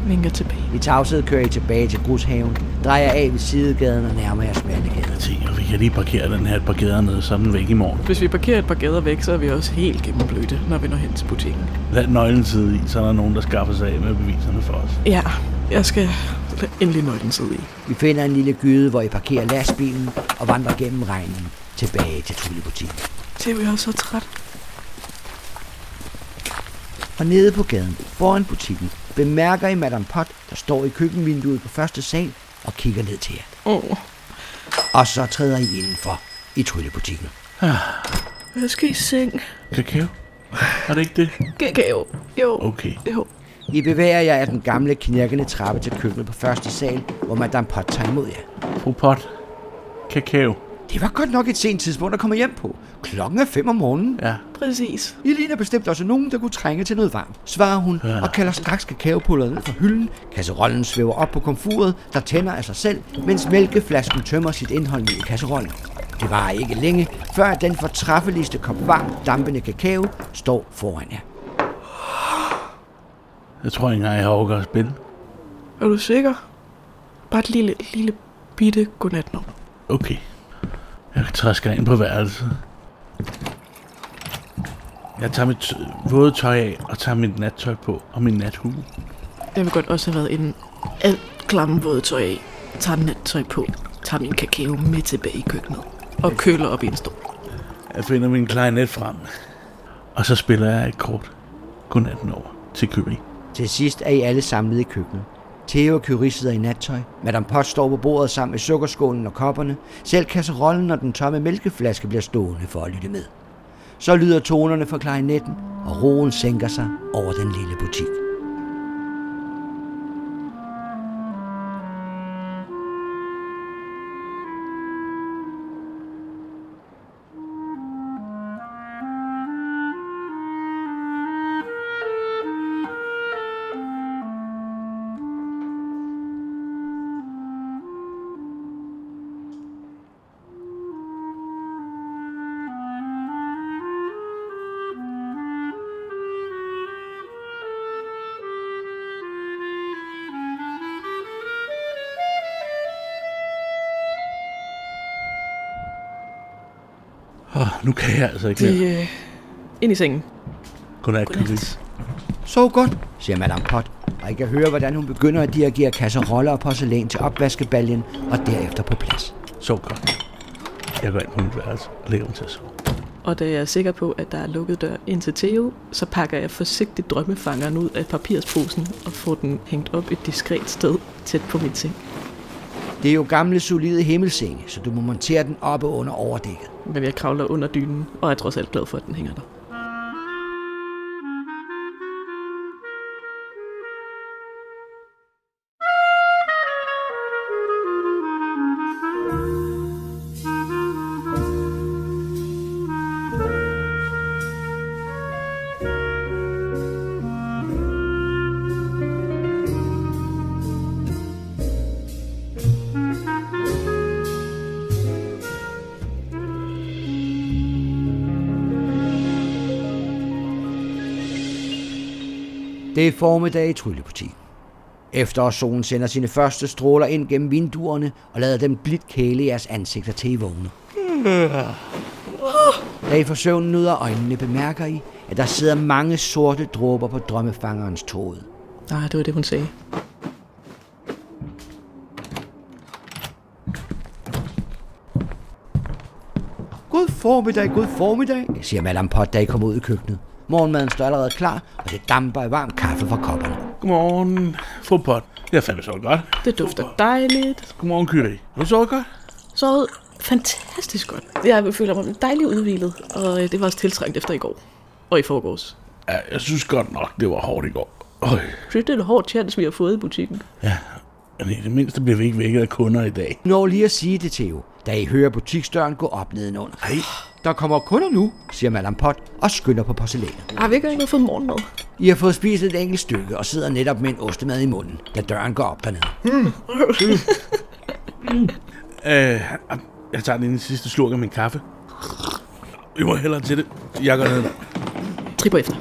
Speaker 2: Vinker tilbage.
Speaker 1: I tavshed kører I tilbage til Grushaven, drejer af ved sidegaden og nærmer jer Smertegade.
Speaker 3: Se, og vi kan lige parkere den her på gaderne, så er den væk i morgen.
Speaker 2: Hvis vi parkerer et par gader væk, så er vi også helt gennemblødte, når vi når hen til butikken.
Speaker 3: Lad nøglen sidde i, så er der nogen, der skaffer sig af med beviserne for os.
Speaker 2: Ja, jeg skal endelig nøglen sidde i.
Speaker 1: Vi finder en lille gyde, hvor I parkerer lastbilen og vandrer gennem regnen tilbage til Tullebutikken.
Speaker 2: Se, vi er så træt.
Speaker 1: Og nede på gaden, foran butikken, bemærker I Madame Pot, der står i køkkenvinduet på første sal og kigger ned til jer.
Speaker 2: Åh,
Speaker 1: Og så træder I indenfor i Tryllebutikken.
Speaker 2: jeg skal i seng.
Speaker 3: Kakao? Er det ikke det?
Speaker 2: Gagao. Jo.
Speaker 3: Okay.
Speaker 2: Jo.
Speaker 1: I bevæger jer af den gamle knirkende trappe til køkkenet på første sal, hvor Madame Pot tager imod jer.
Speaker 3: Fru Pot. Kakao.
Speaker 1: Det var godt nok et sent tidspunkt at komme hjem på. Klokken er fem om morgenen.
Speaker 3: Ja.
Speaker 2: Præcis.
Speaker 1: I ligner bestemt også nogen, der kunne trænge til noget varmt, svarer hun
Speaker 3: Ja.
Speaker 1: og kalder straks kakaopulveret ned fra hylden. Kasserollen svæver op på komfuret, der tænder af sig selv, mens mælkeflasken tømmer sit indhold ned i kasserollen. Det var ikke længe, før den fortræffeligste kop varm, dampende kakao står foran jer.
Speaker 3: Jeg tror ikke engang, jeg har overgået at spille.
Speaker 2: Er du sikker? Bare et lille, lille bitte godnatnummer.
Speaker 3: Okay. Jeg træsker ind på værelset. Jeg tager mit øh, våde tøj af og tager mit nattøj på og min nathue.
Speaker 2: Jeg vil godt også have været inden alt klamme våde tøj af. Tager nattøj på. Tager min kakao med tilbage i køkkenet. Og køler op i en stol.
Speaker 3: Jeg finder min klarinet frem. Og så spiller jeg et kort. Godnatten over til Kyrie.
Speaker 1: Til sidst er I alle samlet i køkkenet. Theo og Curie sidder i nattøj. Madame Pot står på bordet sammen med sukkerskålen og kopperne. Selv kasserollen og den tomme mælkeflaske bliver stående for at lytte med. Så lyder tonerne fra klarinetten, og roen sænker sig over den lille butik.
Speaker 3: Oh, nu kan jeg altså ikke
Speaker 2: De,
Speaker 3: mere.
Speaker 2: øh, ind i sengen.
Speaker 3: Godnat, Kyrie.
Speaker 1: Sov godt, siger Madame Pot, og I kan høre, hvordan hun begynder at dirigere kasseroller og porcelæn til opvaskebaljen og derefter på plads.
Speaker 3: Sov godt. Jeg går ind på mit værelse og lægger mig til at sove.
Speaker 2: Og da jeg er sikker på, at der er lukket dør ind til Theo, så pakker jeg forsigtigt drømmefangeren ud af papirsposen og får den hængt op et diskret sted tæt på min seng.
Speaker 1: Det er jo gamle, solide himmelsenge, så du må montere den oppe under overdækket.
Speaker 2: Men jeg kravler under dynen, og er trods alt glad for, at den hænger der.
Speaker 1: Det er formiddag i Tryllebutikken. Efterårssolen sender sine første stråler ind gennem vinduerne og lader dem blidt kæle jeres ansigter til I vågne. Da I får søvnen ud af øjnene, bemærker I, at der sidder mange sorte dråber på drømmefangerens tråd.
Speaker 2: Nej, det var det, hun sagde.
Speaker 1: God formiddag, god formiddag, siger Madame Pot, da I kommer ud i køkkenet. Morgenmaden står allerede klar, og det damper i varm kaffe fra kopperne.
Speaker 3: Godmorgen, fru Pot. Jeg fandt sovet godt.
Speaker 2: Det dufter dejligt.
Speaker 3: Godmorgen, Kyrie. Har du sovet godt?
Speaker 2: Så fantastisk godt. Jeg føler mig dejligt udvilet, og øh, det var også tiltrængt efter i går. Og i forgårs.
Speaker 3: Ja, jeg synes godt nok, det var hårdt i går. Øj.
Speaker 2: Synes, det er en hård chance, vi har fået i butikken.
Speaker 3: Ja, men i det mindste bliver vi ikke vækket af kunder i dag.
Speaker 1: Nå lige at sige det til jer, da I hører butiksdøren gå op nedenunder. Ej. Der kommer kunder nu, siger Madame Pot og skynder på porcelænet.
Speaker 2: Har vi ikke engang fået morgenmad?
Speaker 1: I har fået spist et enkelt stykke og sidder netop med en ostemad i munden, da døren går op dernede.
Speaker 3: Øh, jeg tager den sidste slurk af min kaffe. Vi må hellere til det. Jeg går ned.
Speaker 2: Tripper efter.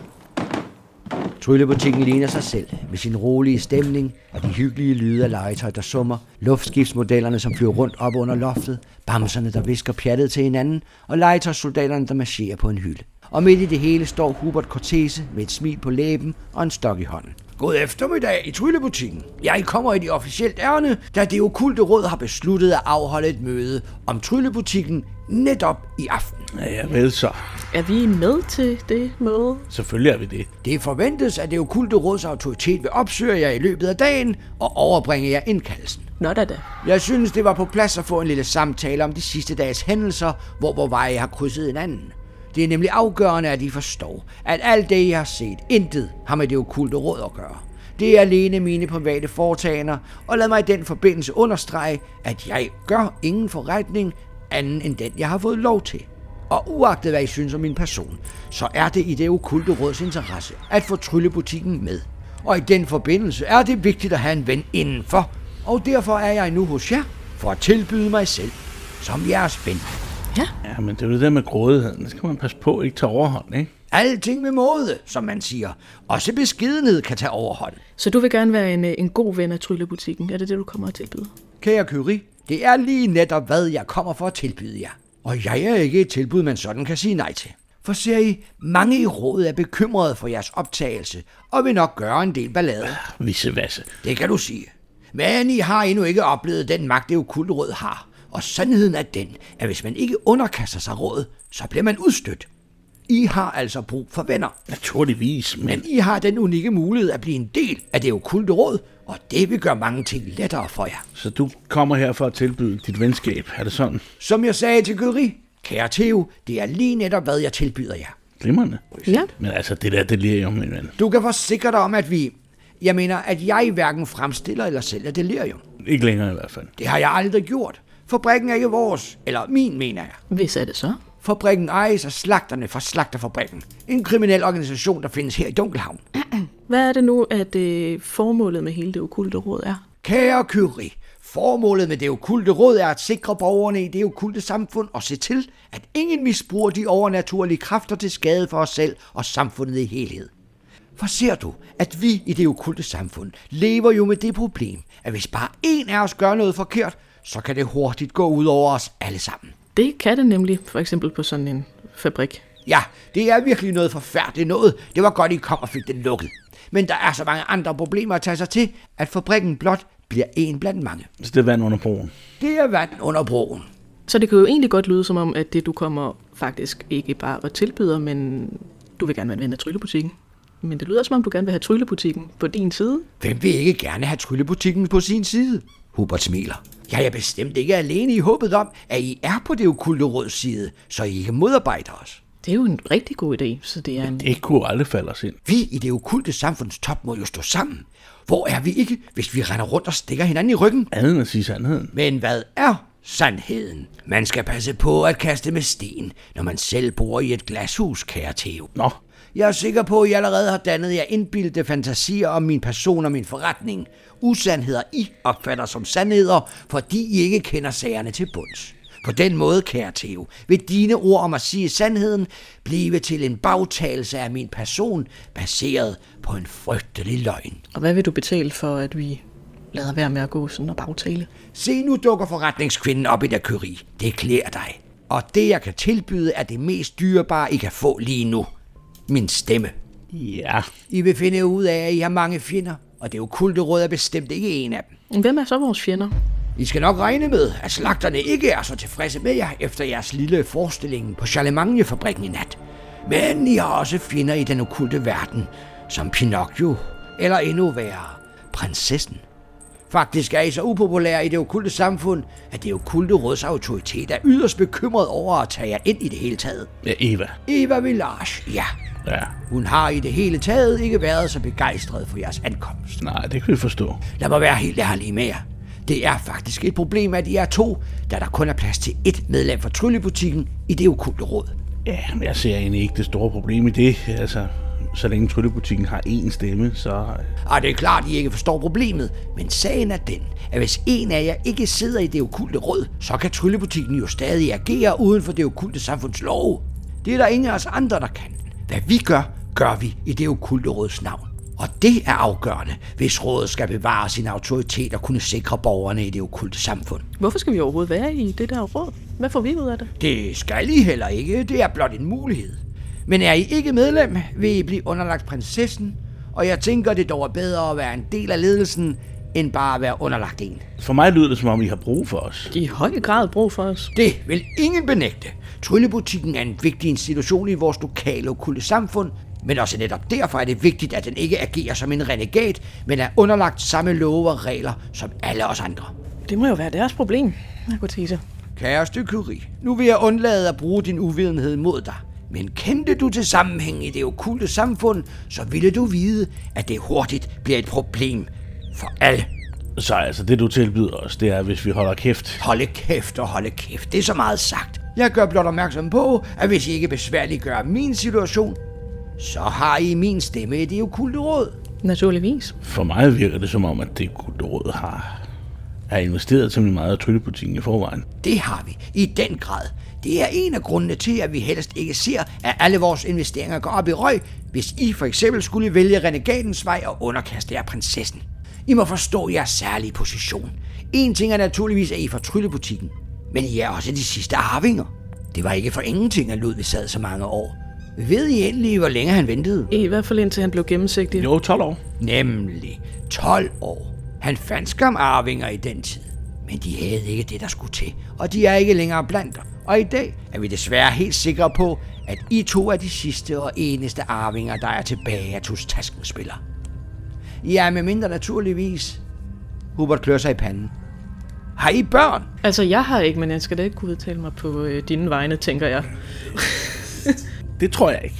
Speaker 1: Tryllebutikken ligner sig selv med sin rolige stemning og de hyggelige lyde af legetøj, der summer, luftskibsmodellerne, som flyver rundt op under loftet, bamserne, der visker pjattet til hinanden og legetøjssoldaterne, der marcherer på en hylde. Og midt i det hele står Hubert Cortese med et smil på læben og en stok i hånden. God eftermiddag i Tryllebutikken. Jeg kommer i det officielt ærne, da det okulte råd har besluttet at afholde et møde om Tryllebutikken netop i aften.
Speaker 3: Ja, ja, vel så.
Speaker 2: Er vi med til det møde?
Speaker 3: Selvfølgelig er vi det.
Speaker 1: Det forventes, at det okulte råds autoritet vil opsøge jer i løbet af dagen og overbringe jer indkaldelsen.
Speaker 2: Nå da da.
Speaker 1: Jeg synes, det var på plads at få en lille samtale om de sidste dages hændelser, hvor hvor veje har krydset hinanden. Det er nemlig afgørende, at I forstår, at alt det, I har set, intet har med det okulte råd at gøre. Det er alene mine private foretagender, og lad mig i den forbindelse understrege, at jeg gør ingen forretning anden end den, jeg har fået lov til. Og uagtet hvad I synes om min person, så er det i det okulte råds interesse at få tryllebutikken med. Og i den forbindelse er det vigtigt at have en ven indenfor, og derfor er jeg nu hos jer for at tilbyde mig selv som jeres ven.
Speaker 2: Ja.
Speaker 3: Ja, men det er jo det der med grådigheden. Så skal man passe på, ikke tage overhånd, ikke?
Speaker 1: Alting med måde, som man siger. Også beskedenhed kan tage overhånd.
Speaker 2: Så du vil gerne være en, øh, en god ven af Tryllebutikken. Er det det, du kommer at tilbyde?
Speaker 1: Kære Kyrie, det er lige netop, hvad jeg kommer for at tilbyde jer. Og jeg er ikke et tilbud, man sådan kan sige nej til. For ser I, mange i rådet er bekymrede for jeres optagelse, og vil nok gøre en del ballade.
Speaker 3: Visse vasse.
Speaker 1: Det kan du sige. Men I har endnu ikke oplevet den magt, det okulte råd har. Og sandheden er den, at hvis man ikke underkaster sig rådet, så bliver man udstødt. I har altså brug for venner.
Speaker 3: Naturligvis, men...
Speaker 1: Men I har den unikke mulighed at blive en del af det okulte råd, og det vil gøre mange ting lettere for jer.
Speaker 3: Så du kommer her for at tilbyde dit venskab, er det sådan?
Speaker 1: Som jeg sagde til Gøri, kære Theo, det er lige netop, hvad jeg tilbyder jer.
Speaker 3: Glimrende.
Speaker 2: Ja.
Speaker 3: Men altså, det der delirium, min ven.
Speaker 1: Du kan forsikre dig om, at vi... Jeg mener, at jeg hverken fremstiller eller sælger delirium.
Speaker 3: Ikke længere i hvert fald.
Speaker 1: Det har jeg aldrig gjort. Fabrikken er ikke vores, eller min, mener jeg.
Speaker 2: Hvis er det så?
Speaker 1: Fabrikken ejes af slagterne fra Slagterfabrikken. En kriminel organisation, der findes her i Dunkelhavn.
Speaker 2: Hvad er det nu, at øh, formålet med hele det okulte råd er?
Speaker 1: Kære Kyrie, formålet med det okulte råd er at sikre borgerne i det okulte samfund og se til, at ingen misbruger de overnaturlige kræfter til skade for os selv og samfundet i helhed. For ser du, at vi i det okulte samfund lever jo med det problem, at hvis bare en af os gør noget forkert, så kan det hurtigt gå ud over os alle sammen.
Speaker 2: Det kan det nemlig, for eksempel på sådan en fabrik.
Speaker 1: Ja, det er virkelig noget forfærdeligt noget. Det var godt, I kom og fik den lukket. Men der er så mange andre problemer at tage sig til, at fabrikken blot bliver en blandt mange.
Speaker 3: Så det er vand under broen.
Speaker 1: Det er vand under broen.
Speaker 2: Så det kan jo egentlig godt lyde som om, at det du kommer faktisk ikke bare og tilbyder, men du vil gerne være en ven af Tryllebutikken. Men det lyder som om, du gerne vil have Tryllebutikken på din side.
Speaker 1: Hvem vil ikke gerne have tryllebutikken på sin side? Hubert smiler. Jeg er bestemt ikke alene i håbet om, at I er på det okulte råds side, så I ikke modarbejder os.
Speaker 2: Det er jo en rigtig god idé, så det er en...
Speaker 3: Det kunne aldrig falde os ind.
Speaker 1: Vi i det okulte samfunds top må jo stå sammen. Hvor er vi ikke, hvis vi render rundt og stikker hinanden i ryggen?
Speaker 3: Andet end at sige sandheden.
Speaker 1: Men hvad er sandheden? Man skal passe på at kaste med sten, når man selv bor i et glashus, kære Theo.
Speaker 3: Nå,
Speaker 1: Jeg er sikker på, at I allerede har dannet jer indbildte fantasier om min person og min forretning. Usandheder I opfatter som sandheder, fordi I ikke kender sagerne til bunds. På den måde, kære Theo, vil dine ord om at sige sandheden blive til en bagtagelse af min person, baseret på en frygtelig løgn.
Speaker 2: Og hvad vil du betale for, at vi lader være med at gå sådan og bagtale?
Speaker 1: Se, nu dukker forretningskvinden op i der køri. Det klæder dig. Og det, jeg kan tilbyde, er det mest dyrebare, I kan få lige nu. Min stemme.
Speaker 3: ja.
Speaker 1: I vil finde ud af, at I har mange fjender, og det okulte råd er bestemt ikke en af dem.
Speaker 2: Hvem er så vores fjender?
Speaker 1: I skal nok regne med, at slagterne ikke er så tilfredse med jer efter jeres lille forestilling på Charlemagne-fabrikken i nat. Men I har også fjender i den okulte verden, som Pinocchio, eller endnu værre, prinsessen. Faktisk er I så upopulære i det okulte samfund, at det okulte råds autoritet er yderst bekymret over at tage jer ind i det hele taget.
Speaker 3: ja Eva.
Speaker 1: Eva Village, ja,
Speaker 3: Ja.
Speaker 1: hun har i det hele taget ikke været så begejstret for jeres ankomst.
Speaker 3: Nej, det kan vi forstå.
Speaker 1: Lad mig være helt ærlig med jer. Det er faktisk et problem, at I er to, da der kun er plads til ét medlem fra Tryllebutikken i det okulte råd.
Speaker 3: Ja, men jeg ser egentlig ikke det store problem i det. Altså, så længe tryllebutikken har én stemme, så... øh,
Speaker 1: Og det er klart, I ikke forstår problemet, men sagen er den, at hvis en af jer ikke sidder i det okulte råd, så kan Tryllebutikken jo stadig agere uden for det okulte samfunds lov. Det er der ingen af os andre, der kan. Hvad vi gør, gør vi i det okulte råds navn. Og det er afgørende, hvis rådet skal bevare sin autoritet og kunne sikre borgerne i det okulte samfund.
Speaker 2: Hvorfor skal vi overhovedet være i det der råd? Hvad får vi ud af det?
Speaker 1: Det skal I heller ikke, det er blot en mulighed. Men er I ikke medlem, vil I blive underlagt prinsessen, og jeg tænker, det dog er bedre at være en del af ledelsen, end bare at være underlagt en.
Speaker 3: For mig lyder det, som om I har brug for os.
Speaker 2: I høj grad brug for os.
Speaker 1: Det vil ingen benægte. Tryllebutikken er en vigtig institution i vores lokale og kulde samfund, men også netop derfor er det vigtigt, at den ikke agerer som en renegat, men er underlagt samme love og regler som alle os andre.
Speaker 2: Det må jo være deres problem, Narkotise.
Speaker 1: Kæreste Curie, nu vil jeg undlade at bruge din uvidenhed mod dig. Men kendte du til sammenhængen i det okulte samfund, så ville du vide, at det hurtigt bliver et problem for alle.
Speaker 3: Så altså, det du tilbyder os, det er, hvis vi holder kæft.
Speaker 1: Holde kæft og holde kæft, det er så meget sagt. Jeg gør blot opmærksom på, at hvis I ikke besværliggør min situation, så har I min stemme i det okulte råd.
Speaker 2: Naturligvis.
Speaker 3: For mig virker det som om, at det gode råd har, har investeret temmelig meget af tryllebutikken i forvejen.
Speaker 1: Det har vi, i den grad. Det er en af grundene til, at vi helst ikke ser, at alle vores investeringer går op i røg, hvis I for eksempel skulle vælge renegatens vej og underkaste jer prinsessen. I må forstå jeres særlige position. En ting er naturligvis, at I er fra tryllebutikken, men I er også de sidste arvinger. Det var ikke for ingenting, at Ludvig sad så mange år. Ved I endelig, hvor længe han ventede?
Speaker 2: I hvert fald indtil han blev gennemsigtig.
Speaker 3: Jo, 12 år.
Speaker 1: Nemlig 12 år. Han fandt skam arvinger i den tid. Men de havde ikke det, der skulle til, og de er ikke længere blandt dem. Og i dag er vi desværre helt sikre på, at I to er de sidste og eneste arvinger, der er tilbage af Tus Taskenspiller. Ja, med mindre naturligvis. Hubert klør sig i panden. Har I børn?
Speaker 2: Altså, jeg har ikke, men jeg skal da ikke kunne udtale mig på øh, dine vegne, tænker jeg.
Speaker 3: Det tror jeg ikke.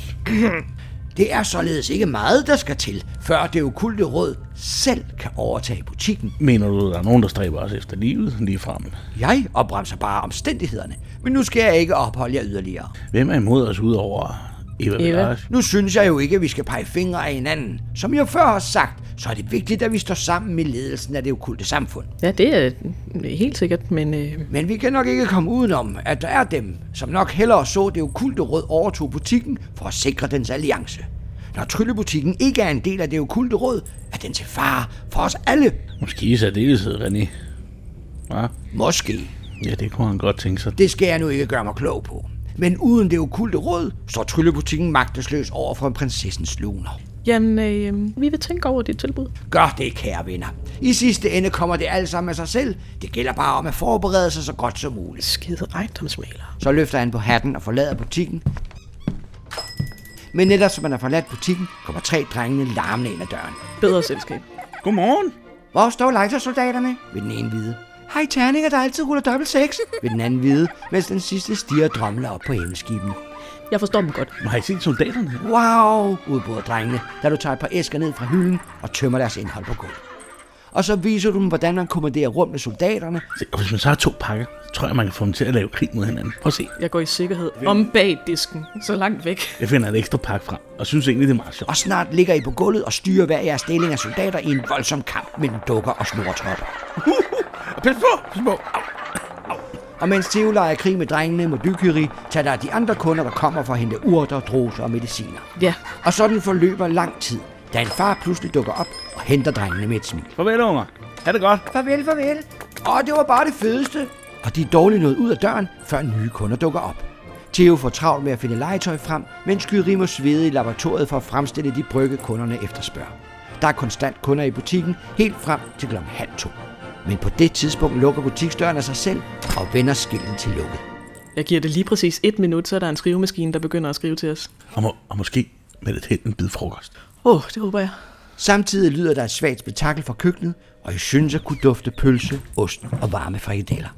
Speaker 1: Det er således ikke meget, der skal til, før det okulte råd selv kan overtage butikken.
Speaker 3: Mener du, der er nogen, der stræber os efter livet lige frem?
Speaker 1: Jeg opremser bare omstændighederne, men nu skal jeg ikke opholde jer yderligere.
Speaker 3: Hvem er imod os udover Eva,
Speaker 2: Eva.
Speaker 3: Eva.
Speaker 1: Nu synes jeg jo ikke, at vi skal pege fingre af hinanden. Som jeg før har sagt, så er det vigtigt, at vi står sammen med ledelsen af det okulte samfund.
Speaker 2: Ja, det er øh, helt sikkert, men øh,
Speaker 1: Men vi kan nok ikke komme udenom, at der er dem, som nok hellere så det okulte råd overtog butikken for at sikre dens alliance. Når tryllebutikken ikke er en del af det okulte råd, er den til fare for os alle.
Speaker 3: Måske i særdeleshed, René. Ja.
Speaker 1: Måske.
Speaker 3: ja, det kunne han godt tænke sig.
Speaker 1: Det skal jeg nu ikke gøre mig klog på. Men uden det okulte råd, står tryllebutikken magtesløs over for prinsessens luner.
Speaker 2: jamen, øh, vi vil tænke over dit tilbud.
Speaker 1: Gør det, kære venner. I sidste ende kommer det alt sammen af sig selv. Det gælder bare om at forberede sig så godt som muligt.
Speaker 2: Skide ejendomsmaler.
Speaker 1: Så løfter han på hatten og forlader butikken. Men netop som han har forladt butikken, kommer tre drengene larmende ind ad døren.
Speaker 2: Bedre selskab.
Speaker 3: Godmorgen.
Speaker 1: Hvor står legetøjssoldaterne? Vil den ene vide. Hej terninger, der altid ruller dobbelt seks. Vil den anden vide, mens den sidste stiger og drømler op på himmelskiben.
Speaker 2: Jeg forstår dem godt.
Speaker 3: Har I set soldaterne?
Speaker 1: Wow, udbryder drengene, da du tager et par æsker ned fra hylden og tømmer deres indhold på gulvet. Og så viser du dem, hvordan man kommanderer rundt med soldaterne,
Speaker 3: Se, og hvis man så har to pakker, tror jeg, man kan få dem til at lave krig mod hinanden. Prøv at se.
Speaker 2: Jeg går i sikkerhed om bag disken, så langt væk.
Speaker 3: Jeg finder et ekstra pakke frem, og synes egentlig, det er meget sjovt.
Speaker 1: og snart ligger I på gulvet og styrer hver jeres deling af soldater i en voldsom kamp mellem dukker og snortropper.
Speaker 3: Og Ah, pas på, pas på. Au.
Speaker 1: Og mens Theo leger krig med drengene mod Dykyri, tager der de andre kunder, der kommer for at hente urter, droser og mediciner.
Speaker 2: Ja,
Speaker 1: Og sådan forløber lang tid, da en far pludselig dukker op og henter drengene med et smil.
Speaker 3: Farvel, unger. Ha' det godt.
Speaker 1: Farvel, farvel. Åh, det var bare det fedeste. Og de er dårligt nået ud af døren, før nye kunder dukker op. Theo får travlt med at finde legetøj frem, mens Kyri må svede i laboratoriet for at fremstille de brygge, kunderne efterspørger. Der er konstant kunder i butikken, helt frem til kl. halv to. Men på det tidspunkt lukker butiksdøren af sig selv og vender skilten til lukket.
Speaker 2: jeg giver det lige præcis et minut, så er der en skrivemaskine, der begynder at skrive til os.
Speaker 3: Og, må, og måske med lidt held en bid frokost.
Speaker 2: Åh, oh, det håber jeg.
Speaker 1: Samtidig lyder der et svagt spektakel fra køkkenet, og I synes at kunne dufte pølse, ost og varme frikadeller.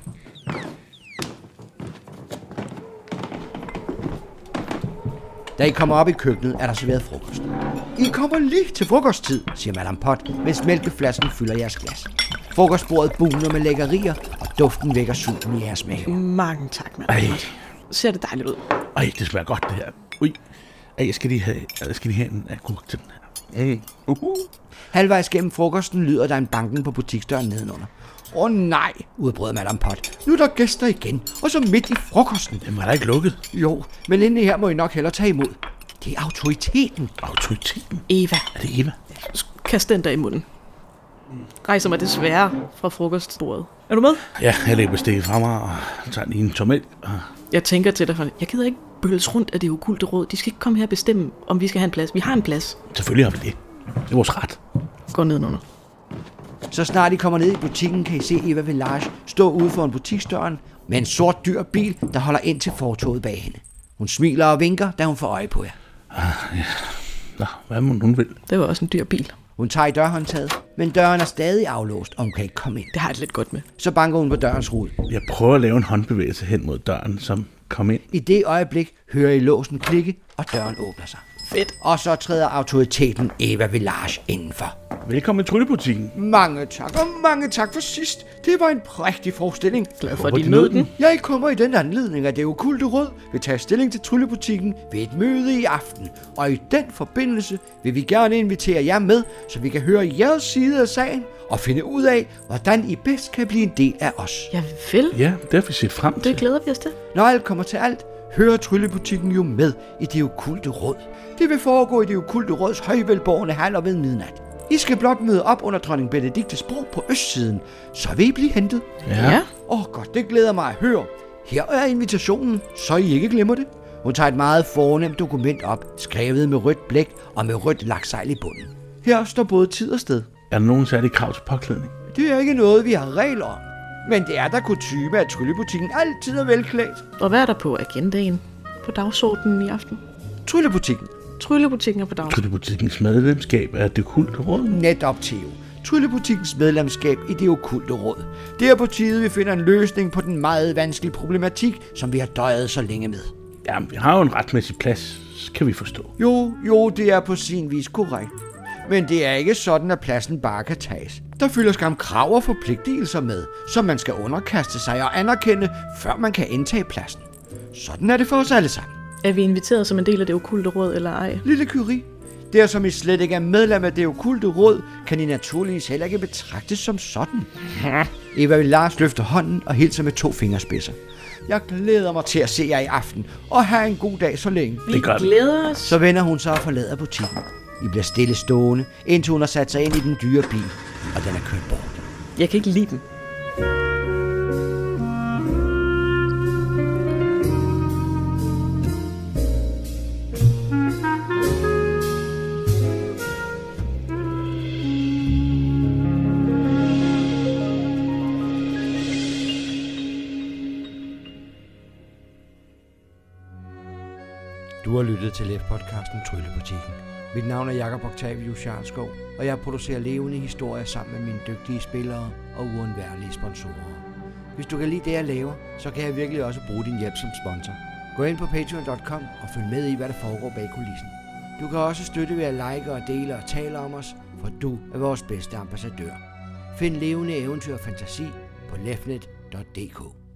Speaker 1: Da I kommer op i køkkenet, er der serveret frokost. I kommer lige til frokosttid, siger Madame Pot, mens mælkeflasken fylder jeres glas. Frokostbordet buner med lækkerier, og duften vækker sulten i jeres mave.
Speaker 2: Mange tak, mand.
Speaker 3: Ej,
Speaker 2: Ser det dejligt ud.
Speaker 3: ej, det smager godt, det her. Ui. Ej, jeg skal lige have, jeg skal lige have en agurk til den her. Ej. Uhu.
Speaker 1: Halvvejs gennem frokosten lyder der en banken på butiksdøren nedenunder. Åh oh, nej, udbrød Madame Pot. Nu er der gæster igen, og så midt i frokosten.
Speaker 3: Den var da ikke lukket.
Speaker 1: Jo, men inden her må I nok hellere tage imod. Det er autoriteten.
Speaker 3: Autoriteten.
Speaker 2: Eva,
Speaker 3: Er det Eva?
Speaker 2: kast den der i munden. Rejser mig desværre fra frokostbordet. Er du med?
Speaker 3: Ja, jeg lægger bestikket fra mig og tager lige en Ah, tomat. Og
Speaker 2: Jeg tænker til dig, for jeg gider ikke bølles rundt af det okulte råd. De skal ikke komme her og bestemme, om vi skal have en plads. Vi har en plads.
Speaker 3: selvfølgelig har vi det. Det er vores ret.
Speaker 2: Går nedenunder.
Speaker 1: Så snart I kommer ned i butikken, kan I se Eva Village stå ude foran butiksdøren med en sort dyr bil, der holder ind til fortoget bag hende. Hun smiler og vinker, da hun får øje på jer.
Speaker 3: Nå, hvad må hun vil?
Speaker 2: Det var også en dyr bil.
Speaker 1: Hun tager i dørhåndtaget, men døren er stadig aflåst, og hun kan ikke komme ind.
Speaker 2: Det har jeg det lidt godt med.
Speaker 1: Så banker hun på dørens rude.
Speaker 3: Jeg prøver at lave en håndbevægelse hen mod døren, som kom ind.
Speaker 1: I det øjeblik hører I låsen klikke, og døren åbner sig.
Speaker 2: Fedt.
Speaker 1: Og så træder autoriteten Eva Village indenfor.
Speaker 3: Velkommen i Tryllebutikken.
Speaker 1: Mange tak, og mange tak for sidst. Det var en prægtig forestilling.
Speaker 2: Glad for,
Speaker 3: Håber,
Speaker 2: at de
Speaker 3: de
Speaker 2: nød
Speaker 3: nød
Speaker 2: den.
Speaker 1: Jeg kommer i den anledning, at det okulte råd vil tage stilling til Tryllebutikken ved et møde i aften. Og i den forbindelse vil vi gerne invitere jer med, så vi kan høre jeres side af sagen og finde ud af, hvordan I bedst kan blive en del af os.
Speaker 2: Jeg vil.
Speaker 3: Ja, det har vi set frem
Speaker 2: Det
Speaker 3: til.
Speaker 2: glæder vi os til.
Speaker 1: Når alt kommer til alt, hører Tryllebutikken jo med i det okulte råd. Det vil foregå i det okulte råds højvelborgende haller ved midnat. I skal blot møde op under dronning Benediktes bro på østsiden, så vil I blive hentet.
Speaker 2: Ja.
Speaker 1: Åh oh, godt, det glæder mig at høre. Her er invitationen, så I ikke glemmer det. Hun tager et meget fornemt dokument op, skrevet med rødt blæk og med rødt laksejl i bunden. Her står både tid og sted.
Speaker 3: Er der nogen særlige krav til påklædning?
Speaker 1: Det er ikke noget, vi har regler om. Men det er der kutume, at Tryllebutikken altid er velklædt.
Speaker 2: Og hvad er der på agendaen? På dagsordenen i aften?
Speaker 1: Tryllebutikken.
Speaker 2: Tryllebutikken er på dagsordenen.
Speaker 3: Tryllebutikkens medlemskab er det kult råd.
Speaker 1: Netop Theo. Tryllebutikkens medlemskab i det okulte råd. Det er på tide, vi finder en løsning på den meget vanskelige problematik, som vi har døjet så længe med.
Speaker 3: Jamen, vi har jo en retmæssig plads, kan vi forstå.
Speaker 1: Jo, jo, det er på sin vis korrekt. Men det er ikke sådan, at pladsen bare kan tages. Der følger skam krav og forpligtelser med, som man skal underkaste sig og anerkende, før man kan indtage pladsen. Sådan er det for os alle sammen.
Speaker 2: Er vi inviteret som en del af det okulte råd eller ej?
Speaker 1: Lille Curie, der som I slet ikke er medlem af det okulte råd, kan I naturligvis heller ikke betragtes som sådan. Eva vil Lars løfter hånden og hilser med to fingerspidser. Jeg glæder mig til at se jer i aften, og have en god dag så længe.
Speaker 2: Vi
Speaker 3: gør vi.
Speaker 2: glæder os.
Speaker 1: Så vender hun sig og forlader butikken. I bliver stille stående, indtil hun har sat sig ind i den dyre bil, og den er kørt bort.
Speaker 2: Jeg kan ikke lide dem.
Speaker 1: Du har lyttet til LEF-podcasten Tryllebutikken. Mit navn er Jakob Octavius Jarlskov, og jeg producerer levende historier sammen med mine dygtige spillere og uundværlige sponsorer. Hvis du kan lide det, jeg laver, så kan jeg virkelig også bruge din hjælp som sponsor. Gå ind på patreon.com og følg med i, hvad der foregår bag kulissen. Du kan også støtte ved at like og dele og tale om os, for du er vores bedste ambassadør. Find levende eventyr og fantasi på lefnet.dk.